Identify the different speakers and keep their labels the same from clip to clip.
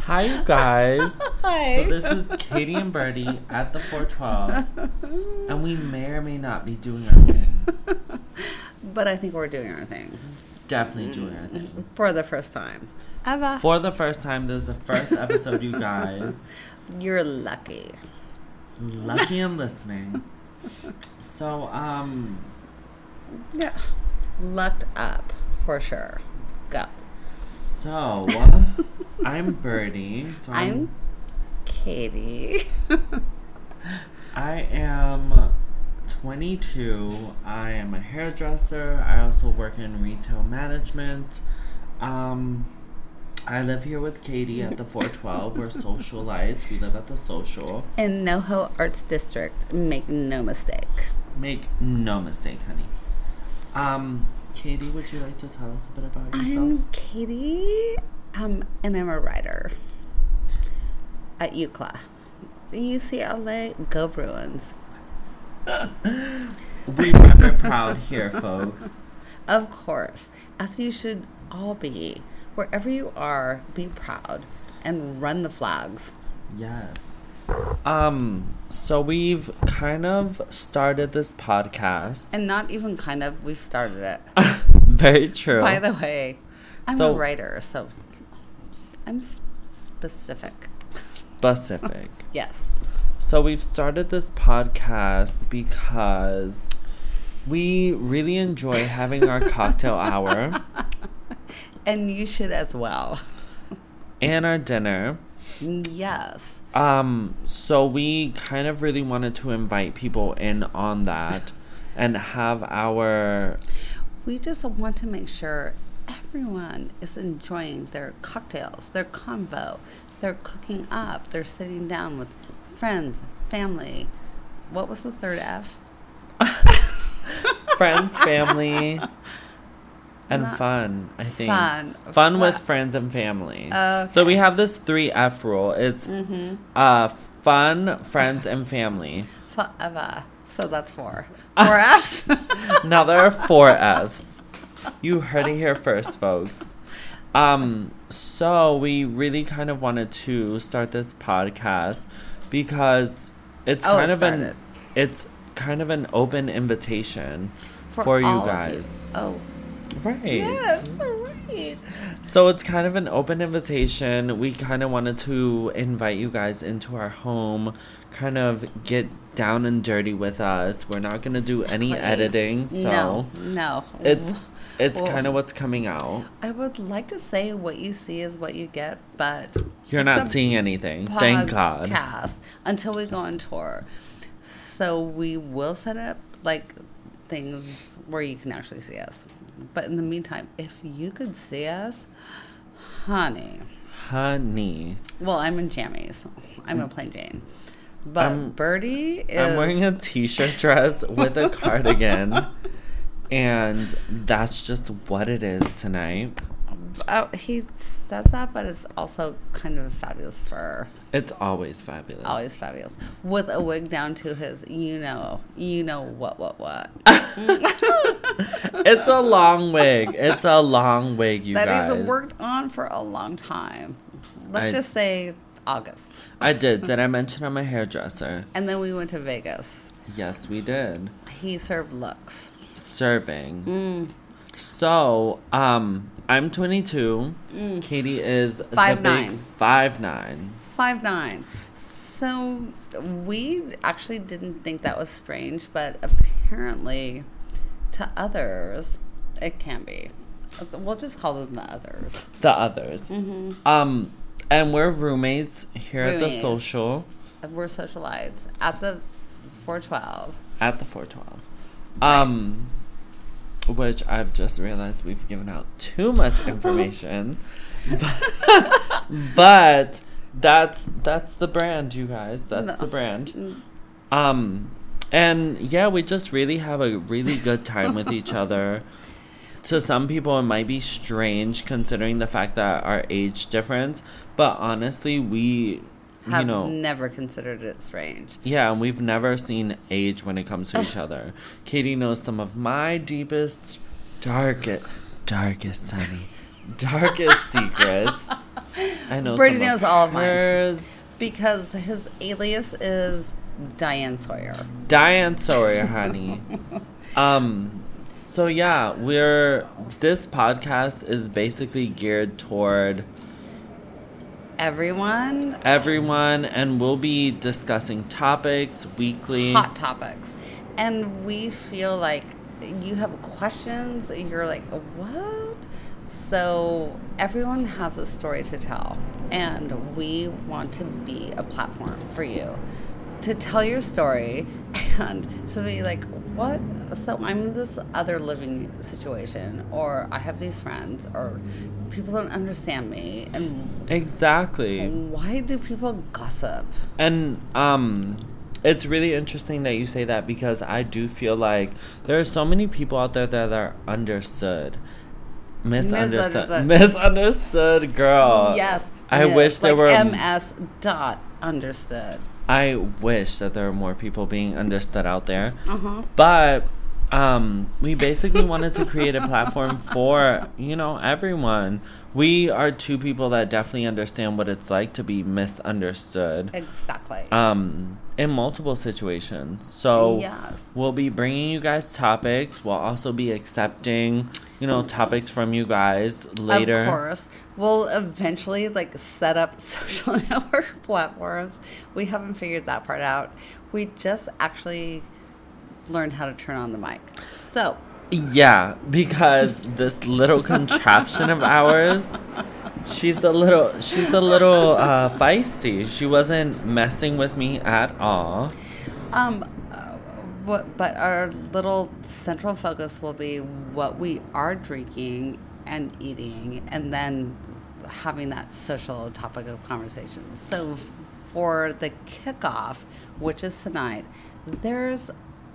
Speaker 1: Hi, you guys. So
Speaker 2: Hi.
Speaker 1: this is Katie and Birdie at the 412, and we may or may not be doing our thing.
Speaker 2: but I think we're doing our thing
Speaker 1: Definitely doing our thing.
Speaker 2: for the first time ever.
Speaker 1: For the first time, this is the first episode, you guys.
Speaker 2: You're lucky.
Speaker 1: Lucky and listening. So, um,
Speaker 2: Yeah. Lucked up for sure. Go.
Speaker 1: so I'm Birdie. So
Speaker 2: I'm Katie.
Speaker 1: I am 22. I am a hairdresser. I also work in retail management. Um, I live here with Katie at the 412. We're socialites. We live at the social.
Speaker 2: In NoHo Arts District, make no mistake.
Speaker 1: Make no mistake, honey. Um, Katie, would you like to tell us a bit about yourself?
Speaker 2: I'm Katie, um, and I'm a writer at UCLA. UCLA, go Bruins.
Speaker 1: We are proud here, folks.
Speaker 2: Of course, as you should all be. Wherever you are, be proud and run the flags.
Speaker 1: Yes. Um, so we've kind of started this podcast.
Speaker 2: And not even kind of, we've started it.
Speaker 1: Very true.
Speaker 2: By the way, I'm
Speaker 1: So-
Speaker 2: a writer, so s- I'm s- specific.
Speaker 1: Specific.
Speaker 2: Yes.
Speaker 1: so we've started this podcast because we really enjoy having our cocktail hour
Speaker 2: And you should as well.
Speaker 1: and our dinner.
Speaker 2: Yes.
Speaker 1: Um, so we kind of really wanted to invite people in on that and have our
Speaker 2: We just want to make sure everyone is enjoying their cocktails, their convo, they're cooking up, they're sitting down with friends, family. What was the third F?
Speaker 1: friends, family, and
Speaker 2: Not-
Speaker 1: fun. I think
Speaker 2: Fun.
Speaker 1: Fun with
Speaker 2: Fla-
Speaker 1: friends and family.
Speaker 2: Okay. Mm-hmm.
Speaker 1: So we have this three F rule. It's uh, fun, friends, and family.
Speaker 2: forever. So that's four.
Speaker 1: Ah.
Speaker 2: Four F's.
Speaker 1: now there are four Fs. You heard it here first, folks. Um, so we really kind of wanted to start this podcast because it's
Speaker 2: Oh, it
Speaker 1: kind of an
Speaker 2: started.
Speaker 1: it's kind of an open invitation for, you
Speaker 2: all of
Speaker 1: guys.
Speaker 2: Oh,
Speaker 1: Right.
Speaker 2: yes, right.
Speaker 1: So it's kind of an open invitation. We kind of wanted to invite you guys into our home, kind of get down and dirty with us. We're not going to do any
Speaker 2: Exactly.
Speaker 1: editing, so
Speaker 2: no, no.
Speaker 1: it's it's
Speaker 2: Well-
Speaker 1: kind of what's coming out.
Speaker 2: I would like to say what you see is what you get, but
Speaker 1: You're
Speaker 2: it's
Speaker 1: not
Speaker 2: a
Speaker 1: seeing anything. Thank God.
Speaker 2: podcast until we go on tour. So we will set up like things where you can actually see us. But in the meantime, if you could see us, honey.
Speaker 1: Honey.
Speaker 2: Well, I'm in jammies. I'm a plain Jane. But
Speaker 1: I'm-
Speaker 2: Birdie is
Speaker 1: I'm wearing a t-shirt dress with a cardigan. And that's just what it is tonight.
Speaker 2: oh, he says that, but it's also kind of a fabulous fur.
Speaker 1: It's always fabulous.
Speaker 2: Always fabulous. With a wig down to his, you know, you know what, what, what. that
Speaker 1: It's a long wig. It's a long wig, you guys.
Speaker 2: he's worked on for a long time. Let's
Speaker 1: I-
Speaker 2: just say August.
Speaker 1: I did. Did I mention I'm a hairdresser?
Speaker 2: And then we went to Vegas.
Speaker 1: Yes, we did.
Speaker 2: He served looks.
Speaker 1: Serving.
Speaker 2: Mm.
Speaker 1: So, um, I'm 22. Katie is the
Speaker 2: Mm. Five
Speaker 1: big
Speaker 2: nine.
Speaker 1: Five nine.
Speaker 2: Five nine. So we actually didn't think that was strange, but apparently to others it can be. We'll just call them the others.
Speaker 1: The others. Um, and we're roommates here at the
Speaker 2: Mm-hmm. Roommates.
Speaker 1: social
Speaker 2: We're socialites at the 412.
Speaker 1: at the 412. Um, which I've just realized we've given out too much information. but that's that's the brand, you guys. That's
Speaker 2: No.
Speaker 1: the brand.
Speaker 2: Mm.
Speaker 1: Um, and yeah, we just really have a really good time with each other. To some people, it might be strange considering the fact that our age difference, but honestly, we,
Speaker 2: Have
Speaker 1: you know,
Speaker 2: never considered it strange.
Speaker 1: yeah, and we've never seen age when it comes to each other. Katie knows some of my deepest, darkest, darkest, honey, darkest secrets. I know.
Speaker 2: Brady
Speaker 1: some
Speaker 2: knows all of mine.
Speaker 1: hers.
Speaker 2: because his alias is Diane Sawyer.
Speaker 1: Diane Sawyer, honey. um, so yeah, we're this podcast is basically geared toward
Speaker 2: Everyone,
Speaker 1: everyone, and we'll be discussing topics weekly.
Speaker 2: hot topics. And we feel like you have questions, you're like, what? So everyone has a story to tell, and we want to be a platform for you to tell your story and to be like, what? So I'm in this other living situation, or I have these friends, or people don't understand me, and
Speaker 1: Exactly.
Speaker 2: why do people gossip?
Speaker 1: And um it's really interesting that you say that because I do feel like there are so many people out there that are understood. Misunderstood.
Speaker 2: Misunderstood.
Speaker 1: Misunderstood girl.
Speaker 2: Yes.
Speaker 1: Uh, I
Speaker 2: yes,
Speaker 1: wish there
Speaker 2: like
Speaker 1: were
Speaker 2: MS dot understood.
Speaker 1: I wish that there were more people being understood out there.
Speaker 2: Uh-huh.
Speaker 1: But um, we basically wanted to create a platform for, you know, everyone. We are two people that definitely understand what it's like to be misunderstood
Speaker 2: Exactly.
Speaker 1: um, in multiple situations. So
Speaker 2: Yes.
Speaker 1: we'll be bringing you guys topics. We'll also be accepting, you know, topics from you guys later.
Speaker 2: Of course. We'll eventually like set up social network platforms. We haven't figured that part out. We just actually learned how to turn on the mic. So
Speaker 1: Yeah, because this little contraption of ours, she's the little she's a little uh, feisty. She wasn't messing with me at all.
Speaker 2: um uh, what but our little central focus will be what we are drinking and eating and then having that social topic of conversation. So f- for the kickoff, which is tonight, there's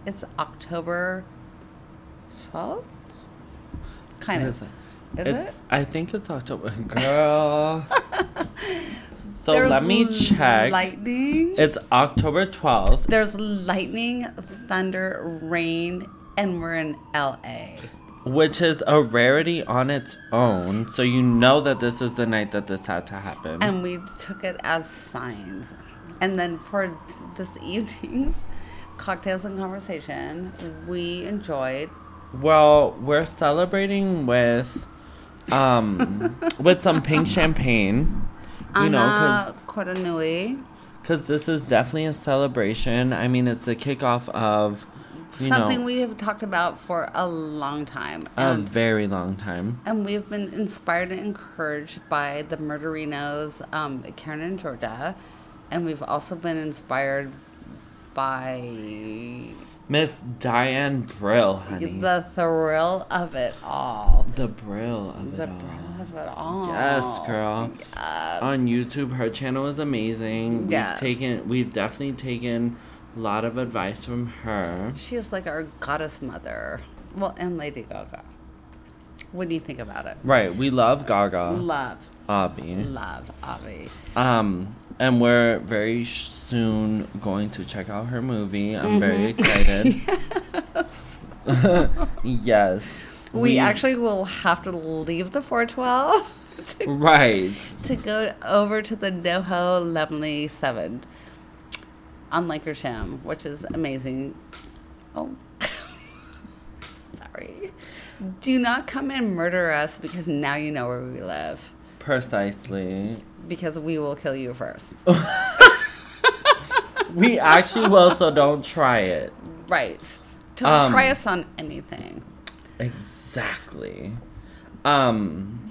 Speaker 2: it's October 12th? Kind
Speaker 1: What
Speaker 2: of.
Speaker 1: is
Speaker 2: Is
Speaker 1: It's-
Speaker 2: it?
Speaker 1: I think it's October, girl. so
Speaker 2: There's
Speaker 1: let me check.
Speaker 2: Lightning.
Speaker 1: it's October twelfth.
Speaker 2: There's lightning, thunder, rain, and we're in LA.
Speaker 1: which is a rarity on its own. So you know that this is the night that this had to happen.
Speaker 2: And we took it as signs. And then for t- this evening's cocktails and conversation, we enjoyed
Speaker 1: well, we're celebrating with um with some pink champagne. You know,
Speaker 2: Anna Cordanui.
Speaker 1: because this is definitely a celebration. I mean, it's the kickoff of you
Speaker 2: Something
Speaker 1: know,
Speaker 2: we have talked about for a long time.
Speaker 1: a
Speaker 2: And,
Speaker 1: very long time.
Speaker 2: and we've been inspired and encouraged by the Murderinos, um, Karen and Georgia. And we've also been inspired by
Speaker 1: Miss Diane Brill, honey.
Speaker 2: the
Speaker 1: The,
Speaker 2: thrill of it all.
Speaker 1: Brill of
Speaker 2: The
Speaker 1: it all.
Speaker 2: breath of it all.
Speaker 1: Yes, girl.
Speaker 2: Yes.
Speaker 1: on YouTube. Her channel is amazing.
Speaker 2: Yes.
Speaker 1: We've taken we've definitely taken a lot of advice from her.
Speaker 2: She is like our goddess mother. Well, and Lady Gaga. What do you think about it?
Speaker 1: Right, we love Gaga,
Speaker 2: Love,
Speaker 1: Obby.
Speaker 2: love, Avi.
Speaker 1: Um and we're very sh- soon going to check out her movie.
Speaker 2: Mm-hmm.
Speaker 1: I'm very excited. yes.
Speaker 2: We
Speaker 1: We've-
Speaker 2: actually will have to leave the 412 to,
Speaker 1: Right.
Speaker 2: to go over to the NoHo Lemley 7 on Lancashire, which is amazing. Oh, sorry. Do not come and murder us because now you know where we live.
Speaker 1: Precisely.
Speaker 2: Because we will kill you first.
Speaker 1: We actually will, so don't try it.
Speaker 2: Right. Don't
Speaker 1: Um,
Speaker 2: try us on anything.
Speaker 1: Exactly. Um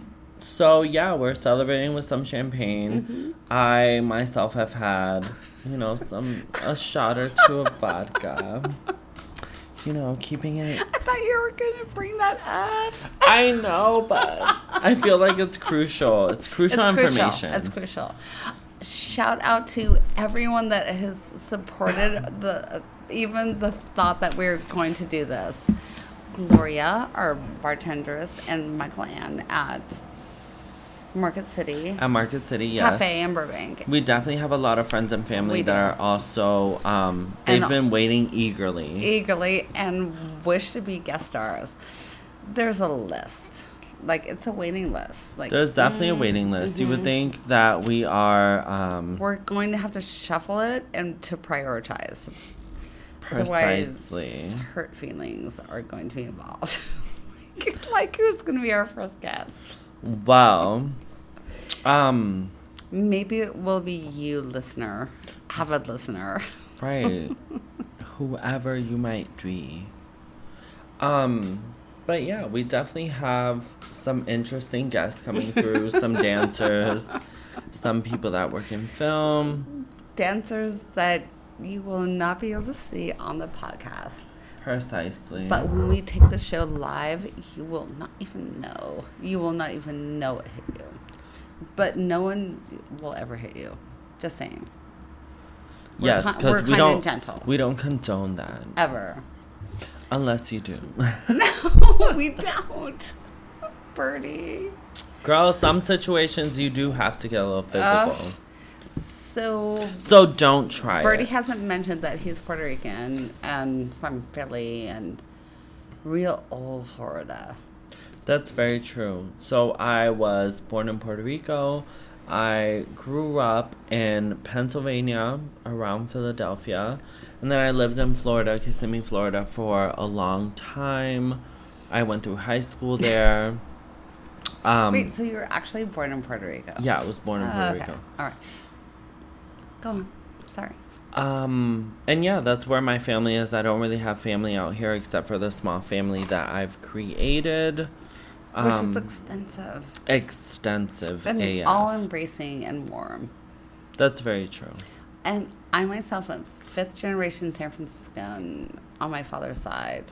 Speaker 1: so yeah, we're celebrating with some champagne.
Speaker 2: Mm-hmm.
Speaker 1: I myself have had, you know, some a shot or two of vodka. You know, keeping it
Speaker 2: I thought you were going to bring that up.
Speaker 1: I know, but I feel like it's crucial. It's crucial information.
Speaker 2: It's crucial. Shout out to everyone that has supported the even the thought that we're going to do this. Gloria, our bartendress, and Michael Ann at Market City
Speaker 1: At Market City, Uh, yes.
Speaker 2: Cafe in Burbank.
Speaker 1: We definitely have a lot of friends and family
Speaker 2: We
Speaker 1: that
Speaker 2: do.
Speaker 1: are also um they've
Speaker 2: And- E-
Speaker 1: been waiting eagerly.
Speaker 2: Eagerly and wish to be guest stars. There's a list. Like it's a waiting list. Like
Speaker 1: There's definitely a waiting list. You would think that we are um,
Speaker 2: we're going to have to shuffle it and to prioritize.
Speaker 1: precisely.
Speaker 2: Otherwise, hurt feelings are going to be involved. like, like who's going to be our first guest?
Speaker 1: Well, um,
Speaker 2: Maybe it will be you, listener, avid listener.
Speaker 1: right. Whoever you might be. Um, but yeah, we definitely have some interesting guests coming through, some dancers, some people that work in film.
Speaker 2: Dancers that you will not be able to see on the podcast.
Speaker 1: Precisely.
Speaker 2: But when we take the show live, you will not even know. You will not even know it hit you. But no one will ever hit you. Just saying. we're
Speaker 1: yes,
Speaker 2: ki-
Speaker 1: because
Speaker 2: we're
Speaker 1: we
Speaker 2: kind
Speaker 1: don't
Speaker 2: and gentle.
Speaker 1: we don't condone that
Speaker 2: Ever.
Speaker 1: unless you do.
Speaker 2: No, we don't. Birdie.
Speaker 1: Girl, some situations you do have to get a little physical.
Speaker 2: Ugh. So
Speaker 1: so don't try
Speaker 2: Birdie
Speaker 1: it.
Speaker 2: hasn't mentioned that he's Puerto Rican and from Philly and real old Florida.
Speaker 1: That's very true. So I was born in Puerto Rico. I grew up in Pennsylvania around Philadelphia. And then I lived in Florida, Kissimmee, Florida for a long time. I went through high school there. Um
Speaker 2: Wait, so you were actually born in Puerto Rico?
Speaker 1: yeah, I was born in
Speaker 2: Oh,
Speaker 1: Puerto
Speaker 2: okay.
Speaker 1: Rico.
Speaker 2: All right. Go on. Sorry.
Speaker 1: Um, and yeah, that's where my family is. I don't really have family out here except for the small family that I've created.
Speaker 2: Which is
Speaker 1: Um,
Speaker 2: extensive
Speaker 1: extensive
Speaker 2: and
Speaker 1: AF.
Speaker 2: all embracing and warm.
Speaker 1: that's very true.
Speaker 2: And I myself am fifth generation San Franciscan on my father's side,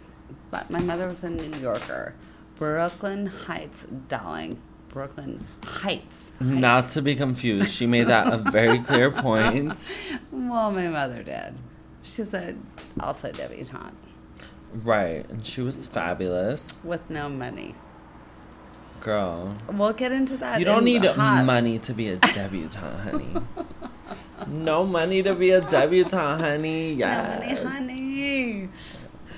Speaker 2: but my mother was a New Yorker. Brooklyn Heights, darling. Brooklyn Heights.
Speaker 1: Not to be confused, she made that a very clear point.
Speaker 2: Well, my mother did. She's a also a debutante
Speaker 1: Right, and she was fabulous,
Speaker 2: with no money.
Speaker 1: girl.
Speaker 2: We'll get into that.
Speaker 1: You don't
Speaker 2: in
Speaker 1: need
Speaker 2: hot-
Speaker 1: money to be a debutante, honey. No money to be a debutante, honey.
Speaker 2: No
Speaker 1: Yes.
Speaker 2: money, honey.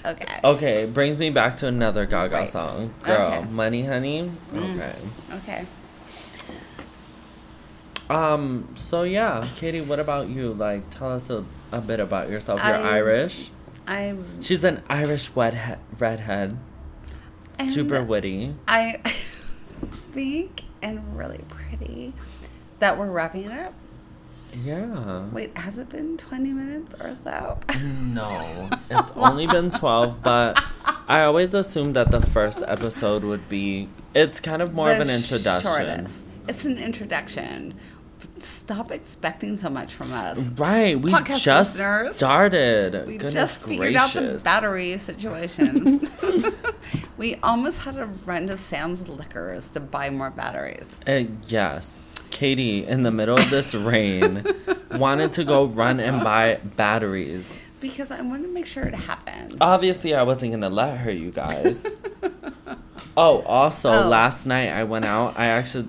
Speaker 2: Okay.
Speaker 1: Okay, brings me back to another Gaga
Speaker 2: Right.
Speaker 1: song, girl.
Speaker 2: Okay. Mm.
Speaker 1: Money, honey. Okay.
Speaker 2: Okay.
Speaker 1: Um. So yeah, Katie, what about you? Like, tell us a, a bit about yourself. You're
Speaker 2: I-
Speaker 1: Irish.
Speaker 2: I'm
Speaker 1: She's an Irish redhead. redhead
Speaker 2: and
Speaker 1: super witty.
Speaker 2: I think and really pretty that we're wrapping it up.
Speaker 1: Yeah.
Speaker 2: Wait, has it been 20 minutes or so?
Speaker 1: No, it's only been 12, but I always assumed that the first episode would be. It's kind of more of
Speaker 2: The
Speaker 1: an introduction.
Speaker 2: shortest. It's an introduction. Stop expecting so much from us.
Speaker 1: Right, we
Speaker 2: Podcast
Speaker 1: just
Speaker 2: listeners,
Speaker 1: started.
Speaker 2: We
Speaker 1: Oh, Goodness
Speaker 2: just figured out the
Speaker 1: gracious.
Speaker 2: battery situation. we almost had to run to Sam's Liquors to buy more batteries.
Speaker 1: Uh, yes. Katie, in the middle of this rain, wanted to go run and buy batteries.
Speaker 2: Because I wanted to make sure it happened.
Speaker 1: Obviously, I wasn't going to let her, you guys. oh, also,
Speaker 2: Oh.
Speaker 1: last night I went out. I actually.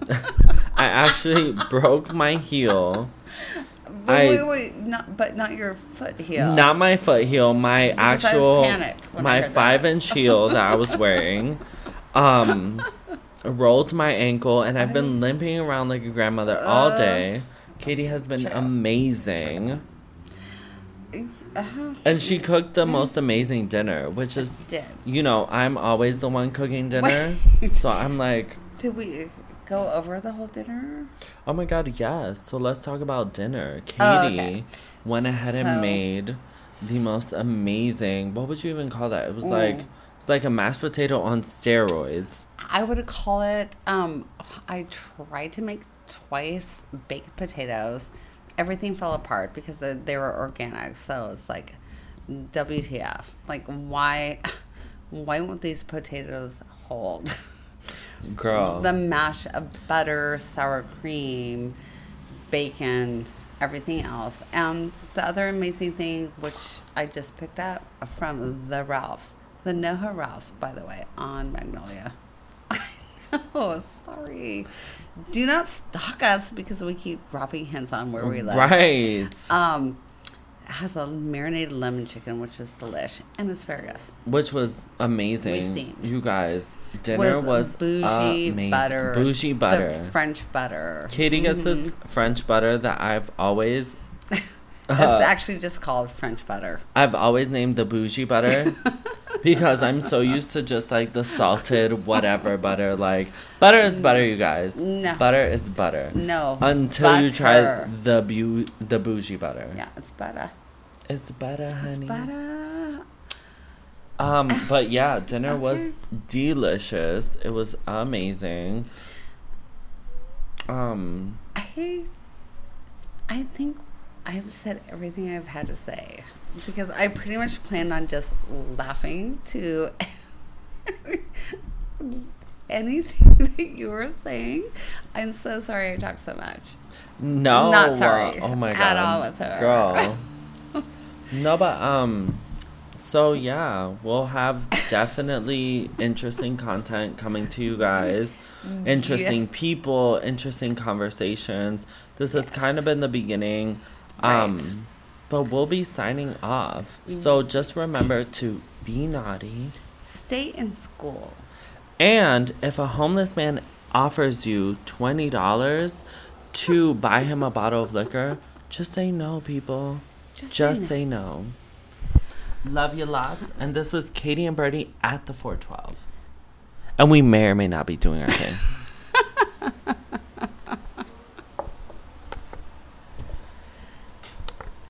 Speaker 1: I actually broke my heel.
Speaker 2: But
Speaker 1: I-
Speaker 2: wait, wait, not, but not your foot heel.
Speaker 1: Not my foot heel, my
Speaker 2: Because I was
Speaker 1: actual
Speaker 2: panicked when I
Speaker 1: my
Speaker 2: heard that.
Speaker 1: five inch heel that I was wearing. Um rolled my ankle and I've been limping around like a grandmother all
Speaker 2: Ugh.
Speaker 1: day. Katie has been
Speaker 2: True.
Speaker 1: amazing.
Speaker 2: Uh-huh.
Speaker 1: And she cooked the most amazing dinner, which is
Speaker 2: Did.
Speaker 1: you know, I'm always the one cooking dinner.
Speaker 2: Wait.
Speaker 1: so I'm like,
Speaker 2: Did we go over the whole dinner?
Speaker 1: oh my god, yes. So let's talk about dinner. Katie
Speaker 2: Oh, okay.
Speaker 1: went ahead
Speaker 2: So-
Speaker 1: and made the most amazing what would you even call that? It was like
Speaker 2: Mm.
Speaker 1: it's like a mashed potato on steroids.
Speaker 2: I would call it. Um, I tried to make twice baked potatoes. Everything fell apart because they they were organic. So it's like, WTF? Like why? Why won't these potatoes hold?
Speaker 1: Girl.
Speaker 2: the mash of butter, sour cream, bacon, everything else. And the other amazing thing, which I just picked up from the Ralphs, the NoHo Ralphs, by the way, on Magnolia. oh, sorry. Do not stalk us because we keep dropping hints on where we live.
Speaker 1: right.
Speaker 2: Um, has a marinated lemon chicken, which is delish, and asparagus.
Speaker 1: which was amazing.
Speaker 2: We seen.
Speaker 1: You guys, dinner was,
Speaker 2: bougie
Speaker 1: amazing.
Speaker 2: butter,
Speaker 1: Bougie butter.
Speaker 2: the French butter. Mm-hmm.
Speaker 1: Katie gets this French butter that I've always, uh-huh. uh,
Speaker 2: it's actually just called French butter.
Speaker 1: I've always named the bougie butter. Because I'm so used to just like the salted whatever butter, like butter is butter, you guys.
Speaker 2: No.
Speaker 1: Butter is butter.
Speaker 2: No,
Speaker 1: Until you try
Speaker 2: butter.
Speaker 1: the bu- the bougie butter.
Speaker 2: Yeah, it's butter.
Speaker 1: It's butter, honey.
Speaker 2: It's butter.
Speaker 1: Um, but yeah, dinner was
Speaker 2: Okay.
Speaker 1: delicious. It was amazing. Um,
Speaker 2: I, I think I've said everything I've had to say because I pretty much planned on just laughing to anything that you were saying. I'm so sorry I talked so much.
Speaker 1: no,
Speaker 2: Not sorry
Speaker 1: Oh my
Speaker 2: at
Speaker 1: god,
Speaker 2: all whatsoever.
Speaker 1: girl. no, but um, so yeah, we'll have definitely interesting content coming to you guys. Interesting
Speaker 2: Mm, Yes.
Speaker 1: people, interesting conversations. This has kind
Speaker 2: Yes.
Speaker 1: of been the beginning. Um,
Speaker 2: Right. Mm.
Speaker 1: but we'll be signing off. So just remember to be naughty.
Speaker 2: Stay in school.
Speaker 1: And if a homeless man offers you twenty dollars to buy him a bottle of liquor, just say no, people.
Speaker 2: Just,
Speaker 1: Just
Speaker 2: in-
Speaker 1: say no. Love you lots. And this was Katie and Birdie at the 412. And we may or may not be doing our thing.